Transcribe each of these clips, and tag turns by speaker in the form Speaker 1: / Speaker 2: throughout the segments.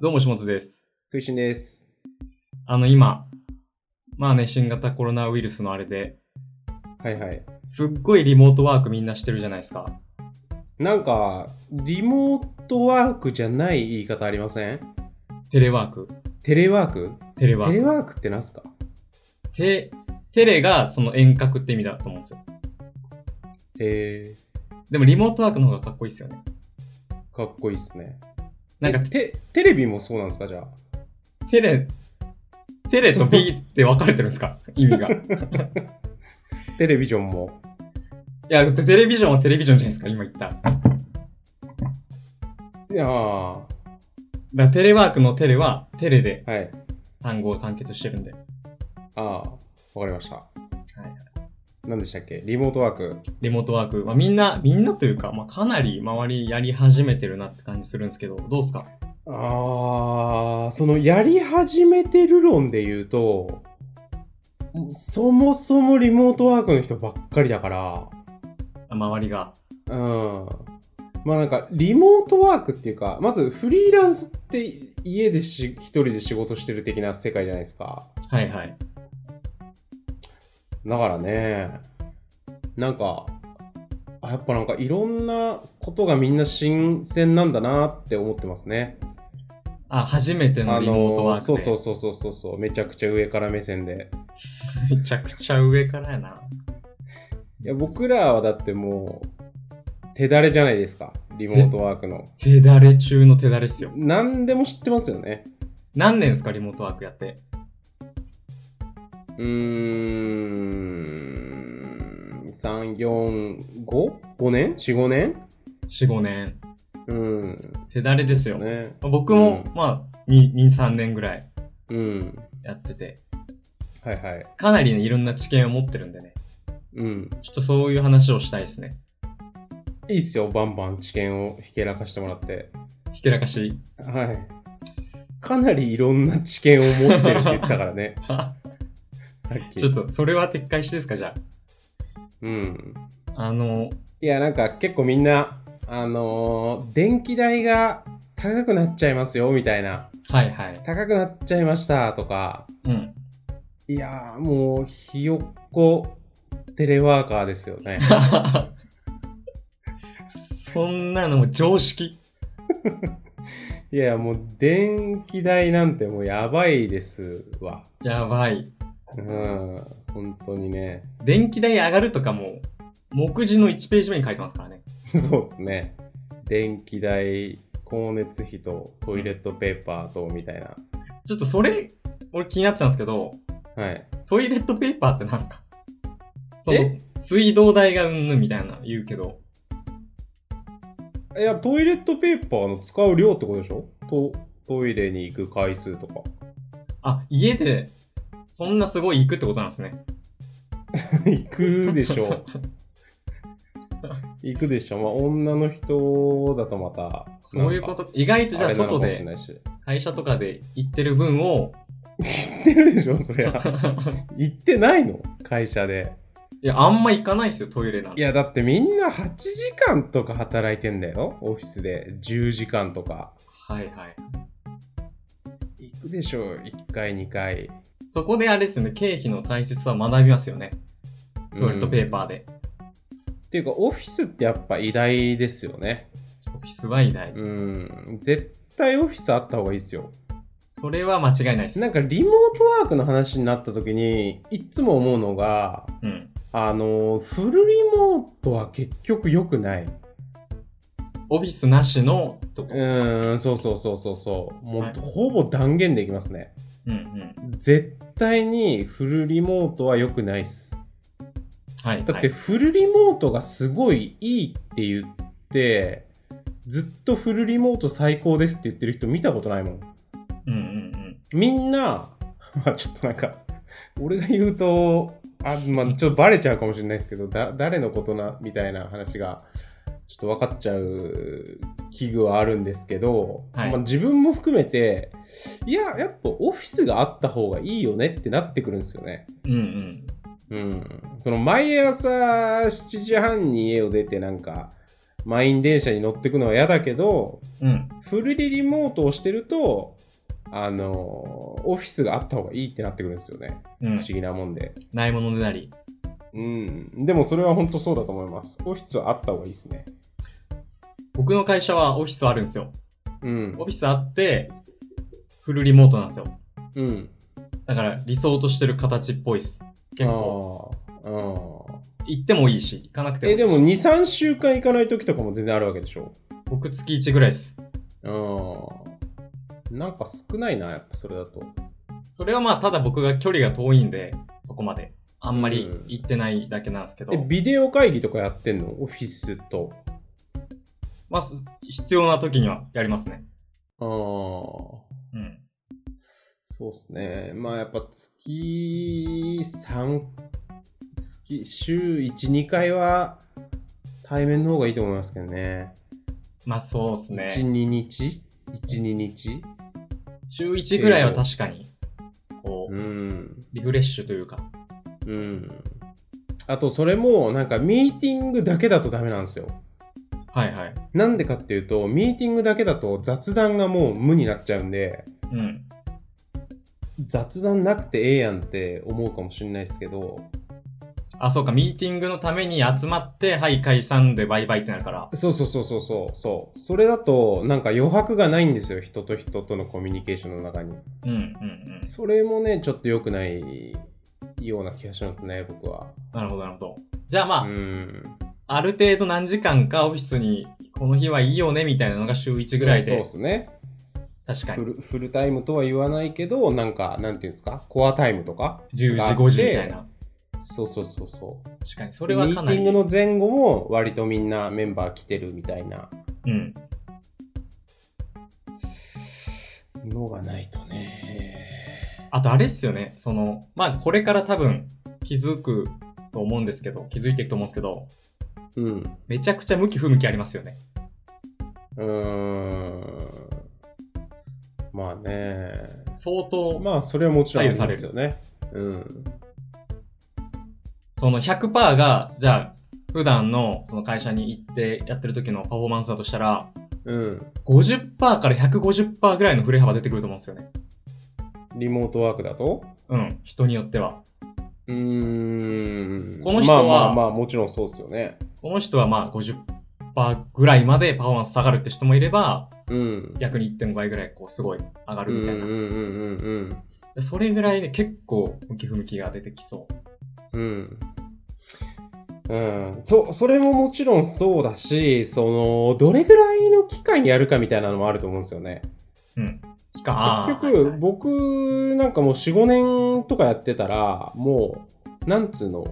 Speaker 1: どうも、しもつです。
Speaker 2: 食いしんです。
Speaker 1: あの、今、まあね、新型コロナウイルスのあれで、
Speaker 2: はいはい。
Speaker 1: すっごいリモートワークみんなしてるじゃないですか。
Speaker 2: なんか、リモートワークじゃない言い方ありません
Speaker 1: テレワーク。
Speaker 2: テレワーク
Speaker 1: テレワ
Speaker 2: テレ
Speaker 1: ーク。
Speaker 2: ワークってなんすか
Speaker 1: テテレがその遠隔って意味だと思うんですよ。
Speaker 2: え
Speaker 1: でもリモートワークの方がかっこいいですよね。
Speaker 2: ー、かっこいいっすね。
Speaker 1: なんか
Speaker 2: えテテレビもそうなんですかじゃあ。
Speaker 1: テレ、テレと B って分かれてるんですか意味が。い
Speaker 2: テレビジョンも。
Speaker 1: や、だってテレビジョンはテレビジョンじゃないですか、今言った。だか
Speaker 2: いやー、は
Speaker 1: らテレワークのテレはテレで
Speaker 2: い。
Speaker 1: 単語を完結してるんで。
Speaker 2: あー、わかりました。はい。何でしたっけリモートワーク。
Speaker 1: リモートワーク。まあみんな、みんなというか、まあかなり周りやり始めてるなって感じするんですけど、どうですか
Speaker 2: あー、そのやり始めてる論で言うと、そもそもリモートワークの人ばっかりだから、
Speaker 1: 周りが。
Speaker 2: うん。まあなんか、リモートワークっていうか、まずフリーランスって家でし一人で仕事してる的な世界じゃないですか。
Speaker 1: はいはい。
Speaker 2: だからね、なんか、あやっぱなんかいろんなことがみんな新鮮なんだなって思ってますね。
Speaker 1: あ、初めての
Speaker 2: あ
Speaker 1: リモート
Speaker 2: の
Speaker 1: ワークで。
Speaker 2: そうそうそうそうそうそう、めちゃくちゃ上から目線で。
Speaker 1: めちゃくちゃ上からやな。
Speaker 2: いや、僕らはだってもう、手だれじゃないですか、リモートワークの。
Speaker 1: 手だれ中の手だれっすよ。
Speaker 2: 何でも知ってますよね。
Speaker 1: 何年ですか、リモートワークやって。
Speaker 2: うーん、3、4、5?5 年 ?4、5年
Speaker 1: 4、5年。
Speaker 2: うん。
Speaker 1: 手だれですよ。
Speaker 2: ね。
Speaker 1: まあ僕も、
Speaker 2: うん
Speaker 1: まあ、2、2 3年ぐらい
Speaker 2: うん。
Speaker 1: やってて、
Speaker 2: はいはい。
Speaker 1: かなりね、いろんな知見を持ってるんでね、
Speaker 2: うん。
Speaker 1: ちょっとそういう話をしたいですね。
Speaker 2: いいっすよ、バンバン知見をひけらかしてもらって。
Speaker 1: ひけらか し。、
Speaker 2: はい。かなりいろんな知見を持ってるって言ってたからね
Speaker 1: あ
Speaker 2: さっき。
Speaker 1: ちょっと、それは撤回してですか、じゃ
Speaker 2: うん。
Speaker 1: あ。あの、
Speaker 2: いや、なんか結構みんな、あのー電気代が高くなっちゃいますよ、みたいな。
Speaker 1: はいはい。
Speaker 2: 高くなっちゃいました、とか。
Speaker 1: うん。
Speaker 2: いやーもうひよっこテレワーカーですよ ね。
Speaker 1: そんなのもう常識。
Speaker 2: いやもう電気代なんてもうやばいですわ。
Speaker 1: やばい。
Speaker 2: うん、本当にね。
Speaker 1: 電気代上がるとかも、目次の1ページ目に書いてますからね。
Speaker 2: そうですね。電気代、光熱費とトイレットペーパーとみたいな。
Speaker 1: ちょっとそれ、俺気になってたんですけど、
Speaker 2: はい。
Speaker 1: トイレットペーパーって何すかその
Speaker 2: え、
Speaker 1: 水道代がうんぬんみたいな言うけど、
Speaker 2: いや、トイレットペーパーの使う量ってことでしょとトイレに行く回数とか。
Speaker 1: あ、家で、そんなすごい行くってことなんですね。
Speaker 2: 行くでし ょ。行くでしょ。まあ、女の人だとまた。
Speaker 1: そういうこと、意外とじゃあ外で、
Speaker 2: 行っ
Speaker 1: 会社とかで行ってる分を、
Speaker 2: てるでしょ、そりゃ。行ってないの会社で。
Speaker 1: いや、あんま行かないですよ、トイレなん
Speaker 2: い
Speaker 1: て。
Speaker 2: や、だってみんな8時間とか働いてんだよ。オフィスで。10時間とか。
Speaker 1: はいはい。
Speaker 2: 行くでしょ、1回、2回。
Speaker 1: そこであれですね、経費の大切さを学びますよね。トイレットペー
Speaker 2: ー。
Speaker 1: パーで。
Speaker 2: っていうか、オフィスってやっぱ偉大ですよね。
Speaker 1: オフィスは偉大。
Speaker 2: うん。絶対オフィスあった方がいいですよ。
Speaker 1: それは間違いないです。
Speaker 2: なんかリモートワークの話になった時に、いつも思うのが、
Speaker 1: うん。
Speaker 2: あの、フルリモートは結局良くない。
Speaker 1: オフィスなしのとこ
Speaker 2: う
Speaker 1: ですか。
Speaker 2: ーん、そうそうそうそうそう。もう、
Speaker 1: はい
Speaker 2: ほぼ断言できますね。
Speaker 1: うんうん。
Speaker 2: 絶対にフルリモートは良くないっす。
Speaker 1: はい、はい。
Speaker 2: だってフルリモートがすごいいいって言って、ずっとフルリモート最高ですって言ってる人見たことないもん。
Speaker 1: うんうん
Speaker 2: みんな、 まあちょっとなんか、俺が言うと、あまあ、ちょっとバレちゃうかもしれないですけど、だ誰のことなみたいな話が、ちょっと分かっちゃう器具はあるんですけど、
Speaker 1: はい
Speaker 2: まあ、自分も含めて、いや、やっぱオフィスがあった方がいいよねってなってくるんですよね。
Speaker 1: うん。うんうん。
Speaker 2: うん。その毎朝7時半に家を出て、なんか、満員電車に乗ってくのは嫌だけど、
Speaker 1: うん。
Speaker 2: フルリリモートをしてるとあの、オフィスがあった方がいいってなってくるんですよね。
Speaker 1: う
Speaker 2: 不
Speaker 1: ん
Speaker 2: 思。議なもんで。
Speaker 1: ないものでなり。
Speaker 2: うん。でもそれは本当そうだと思います。オフィスはあった方がいいですね。
Speaker 1: 僕の会社はオフィスあるんですよ。
Speaker 2: うん
Speaker 1: オ。フィスあって、フルリモートなんですよ。
Speaker 2: うん。
Speaker 1: だから理想としてる形っぽいっす。結構、
Speaker 2: あーあ
Speaker 1: 行ってもいいし、行かなくて
Speaker 2: ー。
Speaker 1: もいい
Speaker 2: え、
Speaker 1: し
Speaker 2: でも2、3週間行かない時とかも全然あるわけでしょ
Speaker 1: 僕月1ぐらいです。
Speaker 2: うん。なんか少ないな、やっぱそれだと。
Speaker 1: それはまあ、ただ僕が距離が遠いんで、そこまで。あんまり
Speaker 2: うん
Speaker 1: 行ってないだけなんですけど、
Speaker 2: え、ビデオ会議とかやってんのオフィスと。
Speaker 1: まあ、す必要な時にはやりますね。
Speaker 2: ああ。
Speaker 1: うん。
Speaker 2: そうですね。まあやっぱ月3、月、週1、2回は対面の方がいいと思いますけどね。
Speaker 1: まあ、そうですね。
Speaker 2: 1、2日 ?1、2日
Speaker 1: 週1ぐらいは確かに、こ
Speaker 2: う
Speaker 1: う、
Speaker 2: ん。
Speaker 1: リフレッシュというか。
Speaker 2: うん。あとそれもなんかミーティングだけだとダメなんですよ。
Speaker 1: はいはい。
Speaker 2: なんでかっていうと、ミーティングだけだと雑談がもう無になっちゃうんで、
Speaker 1: うん。
Speaker 2: 雑談なくてええやんって思うかもしれないですけど、
Speaker 1: あ、そうか、ミーティングのために集まって、はい、解散でバイバイってなるから。
Speaker 2: そうそうそうそうそうそうそれだとなんか余白がないんですよ人と人とのコミュニケーションの中に
Speaker 1: うんうんうん。
Speaker 2: それもねちょっと良くないような気がしますね僕は
Speaker 1: なるほどなるほど。じゃあまあ、
Speaker 2: うん
Speaker 1: ある程度何時間かオフィスに、この日はいいよね、みたいなのが週1ぐらい
Speaker 2: そう
Speaker 1: で
Speaker 2: で。すね
Speaker 1: 確か
Speaker 2: フ
Speaker 1: に。
Speaker 2: ルフルタイムとは言わないけどなんかなんていうんですかコアタイムとか
Speaker 1: 10時、5時みたいな。
Speaker 2: そうそうそうそう
Speaker 1: 確かに。それは
Speaker 2: ミ
Speaker 1: か
Speaker 2: ー
Speaker 1: な
Speaker 2: ティ
Speaker 1: り。
Speaker 2: ングの前後も割とみんなメンバー来てるみたいな
Speaker 1: うん。
Speaker 2: のがないとね
Speaker 1: あとあれっすよね、その、まあこれから多分気づくと思うんですけど、気づいていくと思うんですけど、
Speaker 2: うん
Speaker 1: めちゃくちゃ向き不向きありますよね。
Speaker 2: うーんまあね
Speaker 1: 相当、
Speaker 2: まあ、それはもちろんありますよね。うん。
Speaker 1: その100%が、じゃあ、普段のその会社に行ってやってる時のパフォーマンスだとしたら、
Speaker 2: うん。
Speaker 1: 50%から150%ぐらいの振れ幅出てくると思うんですよね。
Speaker 2: リモートワークだと
Speaker 1: うん、人によっては。
Speaker 2: うーん。
Speaker 1: この人は
Speaker 2: まあまあまあ、もちろんそうですよね。
Speaker 1: この人はまあ50%ぐらいまでパフォーマンス下がるって人もいれば、
Speaker 2: うん。
Speaker 1: 逆に1.5倍ぐらいこうすごい上が
Speaker 2: う
Speaker 1: る
Speaker 2: ん
Speaker 1: み
Speaker 2: うん
Speaker 1: た
Speaker 2: う
Speaker 1: い
Speaker 2: ん
Speaker 1: な。
Speaker 2: うんうん
Speaker 1: でそれぐらいで結構向き不向きが出てきそう。
Speaker 2: うん。うん、そそれももちろんそうだしそのどれぐらいの期間やるかみたいなのもあると思うんですよね
Speaker 1: うん。期間
Speaker 2: 結
Speaker 1: あーはいは
Speaker 2: 局
Speaker 1: い
Speaker 2: 僕なんかもう45年とかやってたらもうなんつうの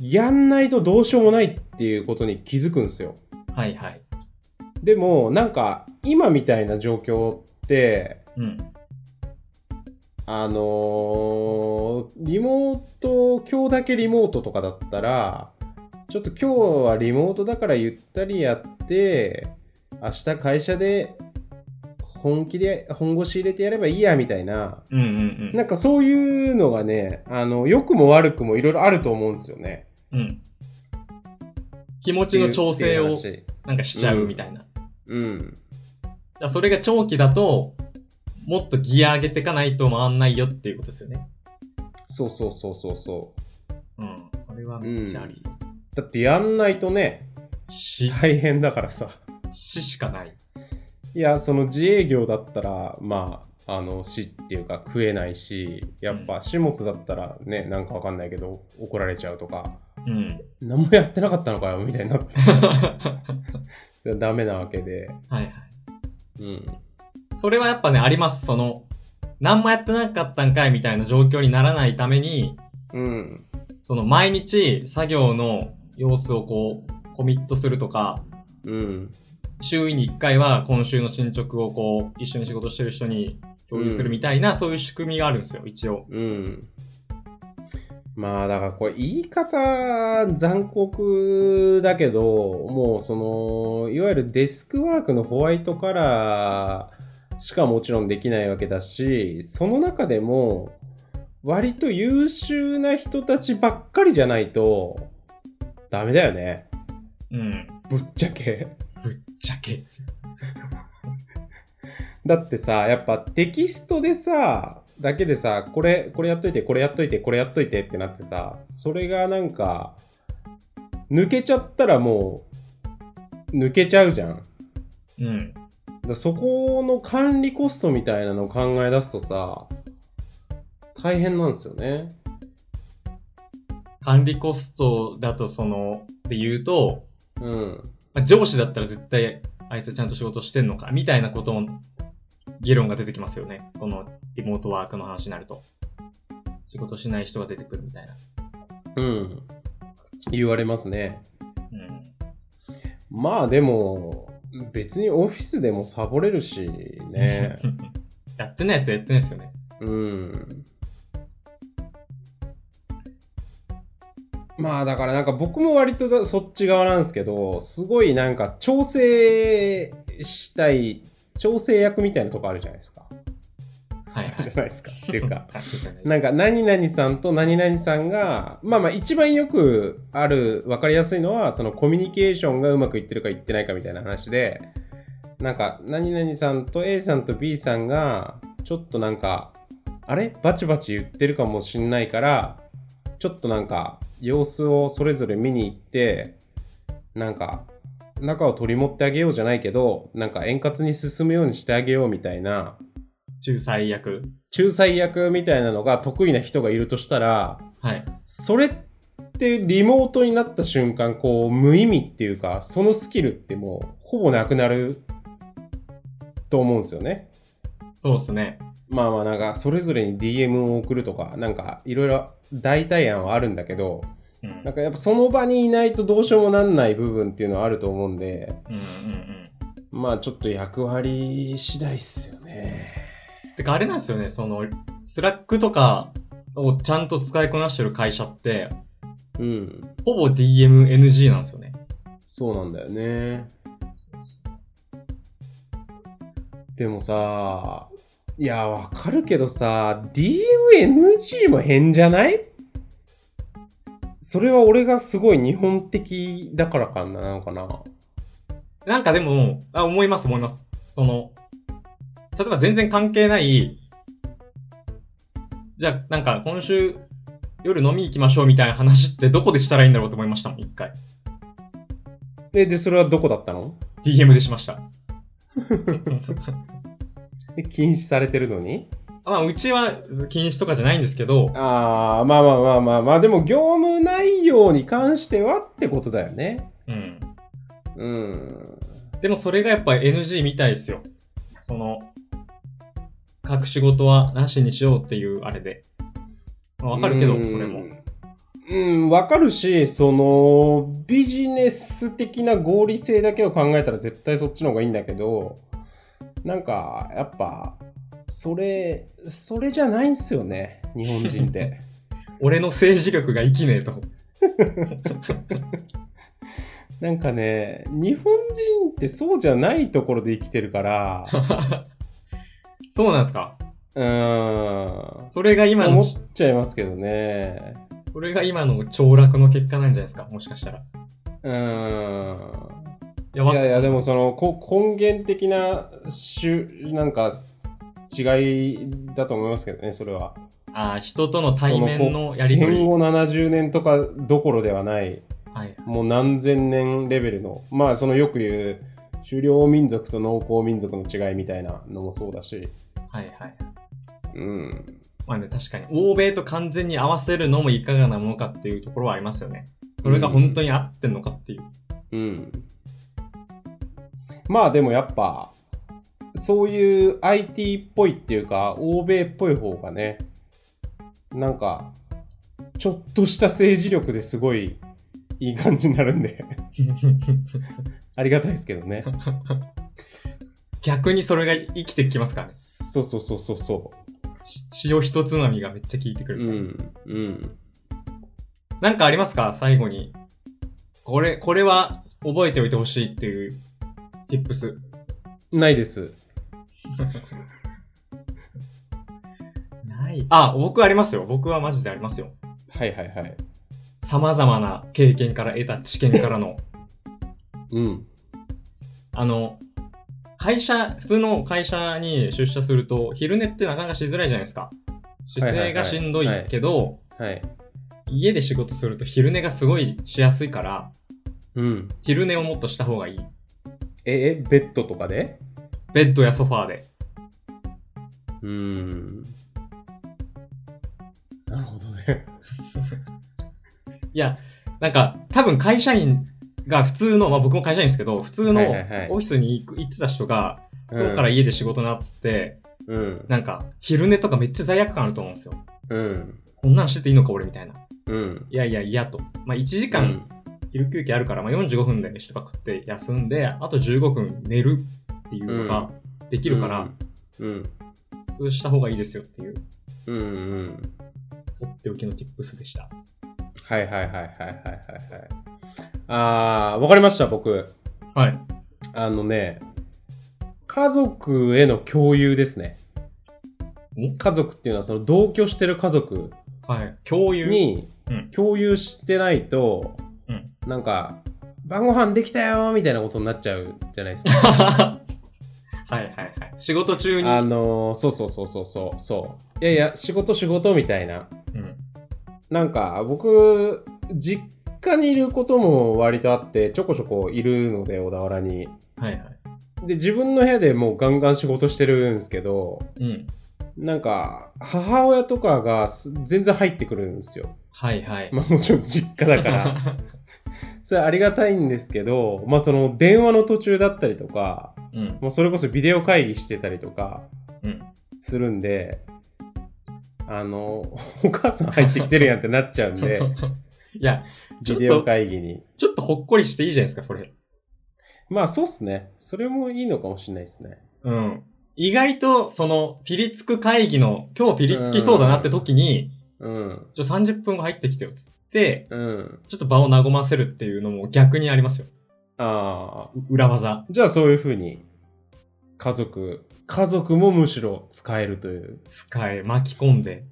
Speaker 2: やんないとどうしようもないっていうことに気づくんですよ
Speaker 1: はいはい。
Speaker 2: でもなんか今みたいな状況って
Speaker 1: うん。
Speaker 2: あのーリモート今日だけリモートとかだったらちょっと今日はリモートだからゆったりやって明日会社で本気で本腰入れてやればいいやみたいな
Speaker 1: うんうん
Speaker 2: なんかそういうのがねあの良くも悪くもいろいろあると思うんですよね。
Speaker 1: うん。うん。気持ちの調整を
Speaker 2: っていう
Speaker 1: なんかしちゃうみたいな。
Speaker 2: 話うん
Speaker 1: じゃあそれが長期だと、もっとギア上げていかないと回んないよっていうことですよね。
Speaker 2: そうそうそうそうそう
Speaker 1: うん。それはめっちゃありそう。
Speaker 2: だってやんないとね
Speaker 1: し、
Speaker 2: 大変だからさ。
Speaker 1: ししかない。
Speaker 2: いやその自営業だったらまああの死っていうか食えないしやっぱ始末だったらねなんかわかんないけど怒られちゃうとか
Speaker 1: うん。
Speaker 2: 何もやってなかったのかよみたいになってダメなわけで
Speaker 1: はいはい。
Speaker 2: うん
Speaker 1: それはやっぱね、あります。その、何もやってなかったんかいみたいな状況にならないために、
Speaker 2: うん
Speaker 1: その毎日作業の様子をこう、コミットするとか、
Speaker 2: うん
Speaker 1: 週に1回は今週の進捗をこう、一緒に仕事してる人に共有するみたいな、そういう仕組みがあるんですよ、一応。
Speaker 2: うんまあだからこれ言い方残酷だけどもうそのいわゆるデスクワークのホワイトカラーしかもちろんできないわけだしその中でも割と優秀な人たちばっかりじゃないとダメだよね
Speaker 1: うん。
Speaker 2: ぶっちゃけ
Speaker 1: ぶっちゃけ。
Speaker 2: だってさ、やっぱテキストでさ、だけでさ、これ、これやっといて、これやっといて、これやっといてってなってさ、それがなんか、抜けちゃったらもう、抜けちゃうじゃん。だか
Speaker 1: うん。
Speaker 2: らそこの管理コストみたいなのを考え出すとさ、大変なんですよね。
Speaker 1: 管理コストだとその、で言うと、
Speaker 2: うん。
Speaker 1: まあ上司だったら絶対あいつちゃんと仕事してんのか、みたいなことも、議論が出てきますよね。このリモートワークの話になると。仕事しない人が出てくるみたいな。
Speaker 2: うん。言われますね。
Speaker 1: うん。
Speaker 2: まあでも、別にオフィスでもサボれるしね。
Speaker 1: やってないやつはやってないですよね。
Speaker 2: うん。まあだからなんか僕も割とだそっち側なんですけど、すごいなんか調整したい、調整役みたいなとこあるじゃないですか。
Speaker 1: はいは
Speaker 2: じゃ
Speaker 1: い。
Speaker 2: ないですか。っていうか。
Speaker 1: はい
Speaker 2: なんか何々さんと何々さんがまあまあ一番よくある分かりやすいのはそのコミュニケーションがうまくいってるかいってないかみたいな話でなんか何々さんと A さんと B さんがちょっとなんかあれバチバチ言ってるかもしんないからちょっとなんか様子をそれぞれ見に行ってなんか中を取り持ってあげようじゃないけどなんか円滑に進むようにしてあげようみたいな
Speaker 1: 仲裁役。
Speaker 2: 仲裁役みたいなのが得意な人がいるとしたら
Speaker 1: はい。
Speaker 2: それってリモートになった瞬間こう無意味っていうかそのスキルってもうほぼなくなると思うんですよね。
Speaker 1: そうですね。
Speaker 2: まあまあなんかそれぞれに DM を送るとかなんかいろいろ代替案はあるんだけど
Speaker 1: うん。
Speaker 2: なんかやっぱその場にいないとどうしようもなんない部分っていうのはあると思うんで
Speaker 1: うんうんうん。
Speaker 2: まあちょっと役割次第っすよね。
Speaker 1: てかあれなんですよね、その、スラックとかをちゃんと使いこなしてる会社って、
Speaker 2: うん
Speaker 1: ほぼ DMNG なんですよね。
Speaker 2: そうなんだよね。でもさ、いや、わかるけどさ、DMNG も変じゃないそれは俺がすごい日本的だからかなのかな。
Speaker 1: なんかでも、あ思います思います。その、例えば全然関係ない、じゃあなんか今週夜飲み行きましょうみたいな話ってどこでしたらいいんだろうと思いましたもん、一回。
Speaker 2: え、で、それはどこだったの
Speaker 1: DM でしました。
Speaker 2: え禁止されてるのに
Speaker 1: まあ、うちは禁止とかじゃないんですけど、
Speaker 2: ああ、まあまあまあまあまあ、でも業務内容に関してはってことだよね。
Speaker 1: うん。
Speaker 2: うん。
Speaker 1: でもそれがやっぱ NG みたいですよ。その、隠し事はなしにしようっていうあれで。まあわかるけ
Speaker 2: う
Speaker 1: ど、
Speaker 2: ん
Speaker 1: それも。。
Speaker 2: うん、わかるし、その、ビジネス的な合理性だけを考えたら絶対そっちの方がいいんだけど、なんか、やっぱ、それ、それじゃないんすよね、日本人って。
Speaker 1: 俺の政治力が生きねえと。
Speaker 2: なんかね、日本人ってそうじゃないところで生きてる から、
Speaker 1: そうなんですか。
Speaker 2: うーん、
Speaker 1: それが今
Speaker 2: 思
Speaker 1: の、
Speaker 2: っちゃいますけどね。
Speaker 1: それが今の凋落の結果なんじゃないですか。もしかしたら。いう
Speaker 2: ーん。
Speaker 1: や、わ
Speaker 2: いやいやでもそのこ根源的な種なんか違いだと思いますけどねそれは
Speaker 1: あー人との対面のやり
Speaker 2: そ
Speaker 1: と
Speaker 2: のこ戦
Speaker 1: り。
Speaker 2: 後70年とかどころではない
Speaker 1: はい。
Speaker 2: もう何千年レベルのまあそのよく言う狩猟民族と農耕民族の違いみたいなのもそうだし
Speaker 1: はいはい。
Speaker 2: うん
Speaker 1: まあね、確かに。欧米と完全に合わせるのもいかがなものかっていうところはありますよね。それが本当に合ってんのか っていう。
Speaker 2: うんまあでもやっぱそういう IT っぽいっていうか欧米っぽい方がねなんかちょっとした政治力ですごいいい感じになるんで ありがたいですけどね
Speaker 1: 逆にそれが生きてきますからね。
Speaker 2: そうそうそうそうそ
Speaker 1: 塩一つまみがめっちゃ効いてく
Speaker 2: う
Speaker 1: る、
Speaker 2: うんうん
Speaker 1: なんかありますか最後に。これ、これは覚えておいてほしいっていう tips。
Speaker 2: ないです
Speaker 1: ない。あ、僕ありますよ。僕はマジでありますよ。
Speaker 2: はいはいはい
Speaker 1: 様々な経 験から得た知見からの、
Speaker 2: うん
Speaker 1: あの、会社、普通の会社に出社すると、昼寝ってなかなかしづらいじゃないですか。姿勢がしんどいけど、
Speaker 2: はい。
Speaker 1: 家で仕事すると昼寝がすごいしやすいから、
Speaker 2: うん。
Speaker 1: 昼寝をもっとした方がいい。
Speaker 2: え、え、ベッドとかで
Speaker 1: ベッドやソファーで。
Speaker 2: うーん。なるほど ね。
Speaker 1: いや、なんか、多分会社員が普通の、まあ僕も会社員ですけど、普通の
Speaker 2: は
Speaker 1: オ
Speaker 2: い
Speaker 1: フ
Speaker 2: はいはい
Speaker 1: ィスに行く行ってた人が、
Speaker 2: うん
Speaker 1: 今日から家で仕事なっつって、
Speaker 2: うん。
Speaker 1: なんか、昼寝とかめっちゃ罪悪感あると思うんですよ。
Speaker 2: うん。
Speaker 1: こんなんしてていいのか俺みたいな。
Speaker 2: うん。
Speaker 1: いやいや、嫌と。まあ1時
Speaker 2: う
Speaker 1: 間
Speaker 2: ん
Speaker 1: 昼休憩あるから、まあ45分で飯とか食って休んで、あと15分寝るっていうのができるから、
Speaker 2: うん。
Speaker 1: そうした方がいいですよっていう、
Speaker 2: うん。うん。うん。
Speaker 1: とっておきの tips でした。
Speaker 2: はいはいはいはいはいはいはい。あー、わかりました、僕。
Speaker 1: はい。
Speaker 2: あのね、家族への共有ですね
Speaker 1: ん。
Speaker 2: 家族っていうのはその同居してる家族
Speaker 1: はい。共有。
Speaker 2: に
Speaker 1: うん
Speaker 2: 共有してないと、
Speaker 1: うん
Speaker 2: なんか晩ご飯できたよーみたいなことになっちゃうじゃないですか。
Speaker 1: はいはいはい。仕事中に。
Speaker 2: あのーそうそうそうそうそうそういやいや仕事仕事みたいな
Speaker 1: うん。
Speaker 2: なんか僕実家にいることも割とあってちょこちょこいるので小田原に
Speaker 1: はいはい。
Speaker 2: で自分の部屋でもうガンガン仕事してるんですけど
Speaker 1: うん。
Speaker 2: なんか母親とかがす全然入ってくるんですよ。
Speaker 1: はいはい。
Speaker 2: まあもちろん実家だ から。それありがたいんですけど、まあその電話の途中だったりとか、
Speaker 1: うん。
Speaker 2: もうそれこそビデオ会議してたりとか
Speaker 1: うん。
Speaker 2: するんで、あの、お母さん入ってきてるやんってなっちゃうん で、
Speaker 1: いや、ちょ
Speaker 2: ビ
Speaker 1: っ
Speaker 2: デオ
Speaker 1: と、
Speaker 2: 会議に。
Speaker 1: ちょっとほっこりしていいじゃないですか、それ。
Speaker 2: まあそうっすね。それもいいのかもしれないですね。
Speaker 1: うん。意外と、その、ピリつく会議の、今日ピリつきそうだなって時に、
Speaker 2: うん。
Speaker 1: ちょ、30分後入ってきてよ、つって、
Speaker 2: うん。
Speaker 1: ちょっと場を和ませるっていうのも逆にありますよ。
Speaker 2: ああ。
Speaker 1: 裏技。
Speaker 2: じゃあそういうふうに、家族、家族もむしろ使えるという、
Speaker 1: 使え、巻き込んで。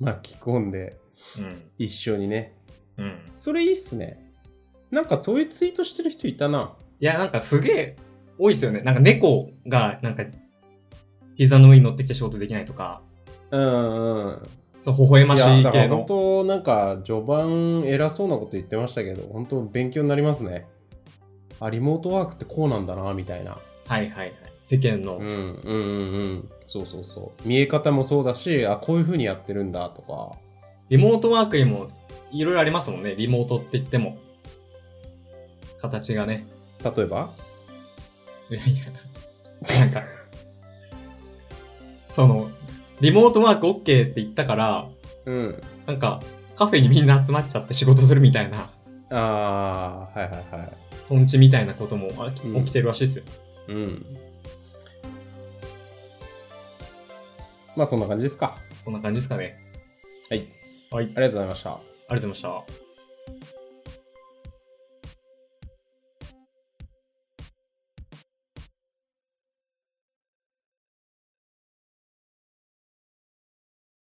Speaker 2: 巻き込んで、
Speaker 1: うん。
Speaker 2: 一緒にね。
Speaker 1: うん。
Speaker 2: それいいっすね。なんかそういうツイートしてる人いたな。
Speaker 1: いや、なんかすげえ多いですよね。なんか猫が、なんか、膝の上に乗ってきて仕事できないとか、
Speaker 2: うんうん。
Speaker 1: その微笑ま
Speaker 2: い
Speaker 1: し
Speaker 2: や
Speaker 1: い
Speaker 2: だか
Speaker 1: 系
Speaker 2: ら本
Speaker 1: の。
Speaker 2: 当なんか序盤偉そうなこと言ってましたけど本当勉強になりますねあリモートワークってこうなんだなみたいな
Speaker 1: はいはいはい。世間の。
Speaker 2: うんうんうんうんそうそうそう見え方もそうだしあこういう風にやってるんだとか
Speaker 1: リモートワークにもいろいろありますもんね。リモートって言っても。形がね。
Speaker 2: 例えば
Speaker 1: いやいや。なんか、その、リモートワーク OK って言ったから、
Speaker 2: うん
Speaker 1: なんか、カフェにみんな集まっちゃって仕事するみたいな、
Speaker 2: あーはいはいはい
Speaker 1: トンチみたいなこともあき
Speaker 2: うん
Speaker 1: 起きてるらしいですよ。
Speaker 2: うんまあそんな感じですか
Speaker 1: こんな感じですかね。
Speaker 2: はい
Speaker 1: はい。あり
Speaker 2: ありがとうございました
Speaker 1: がとうございました。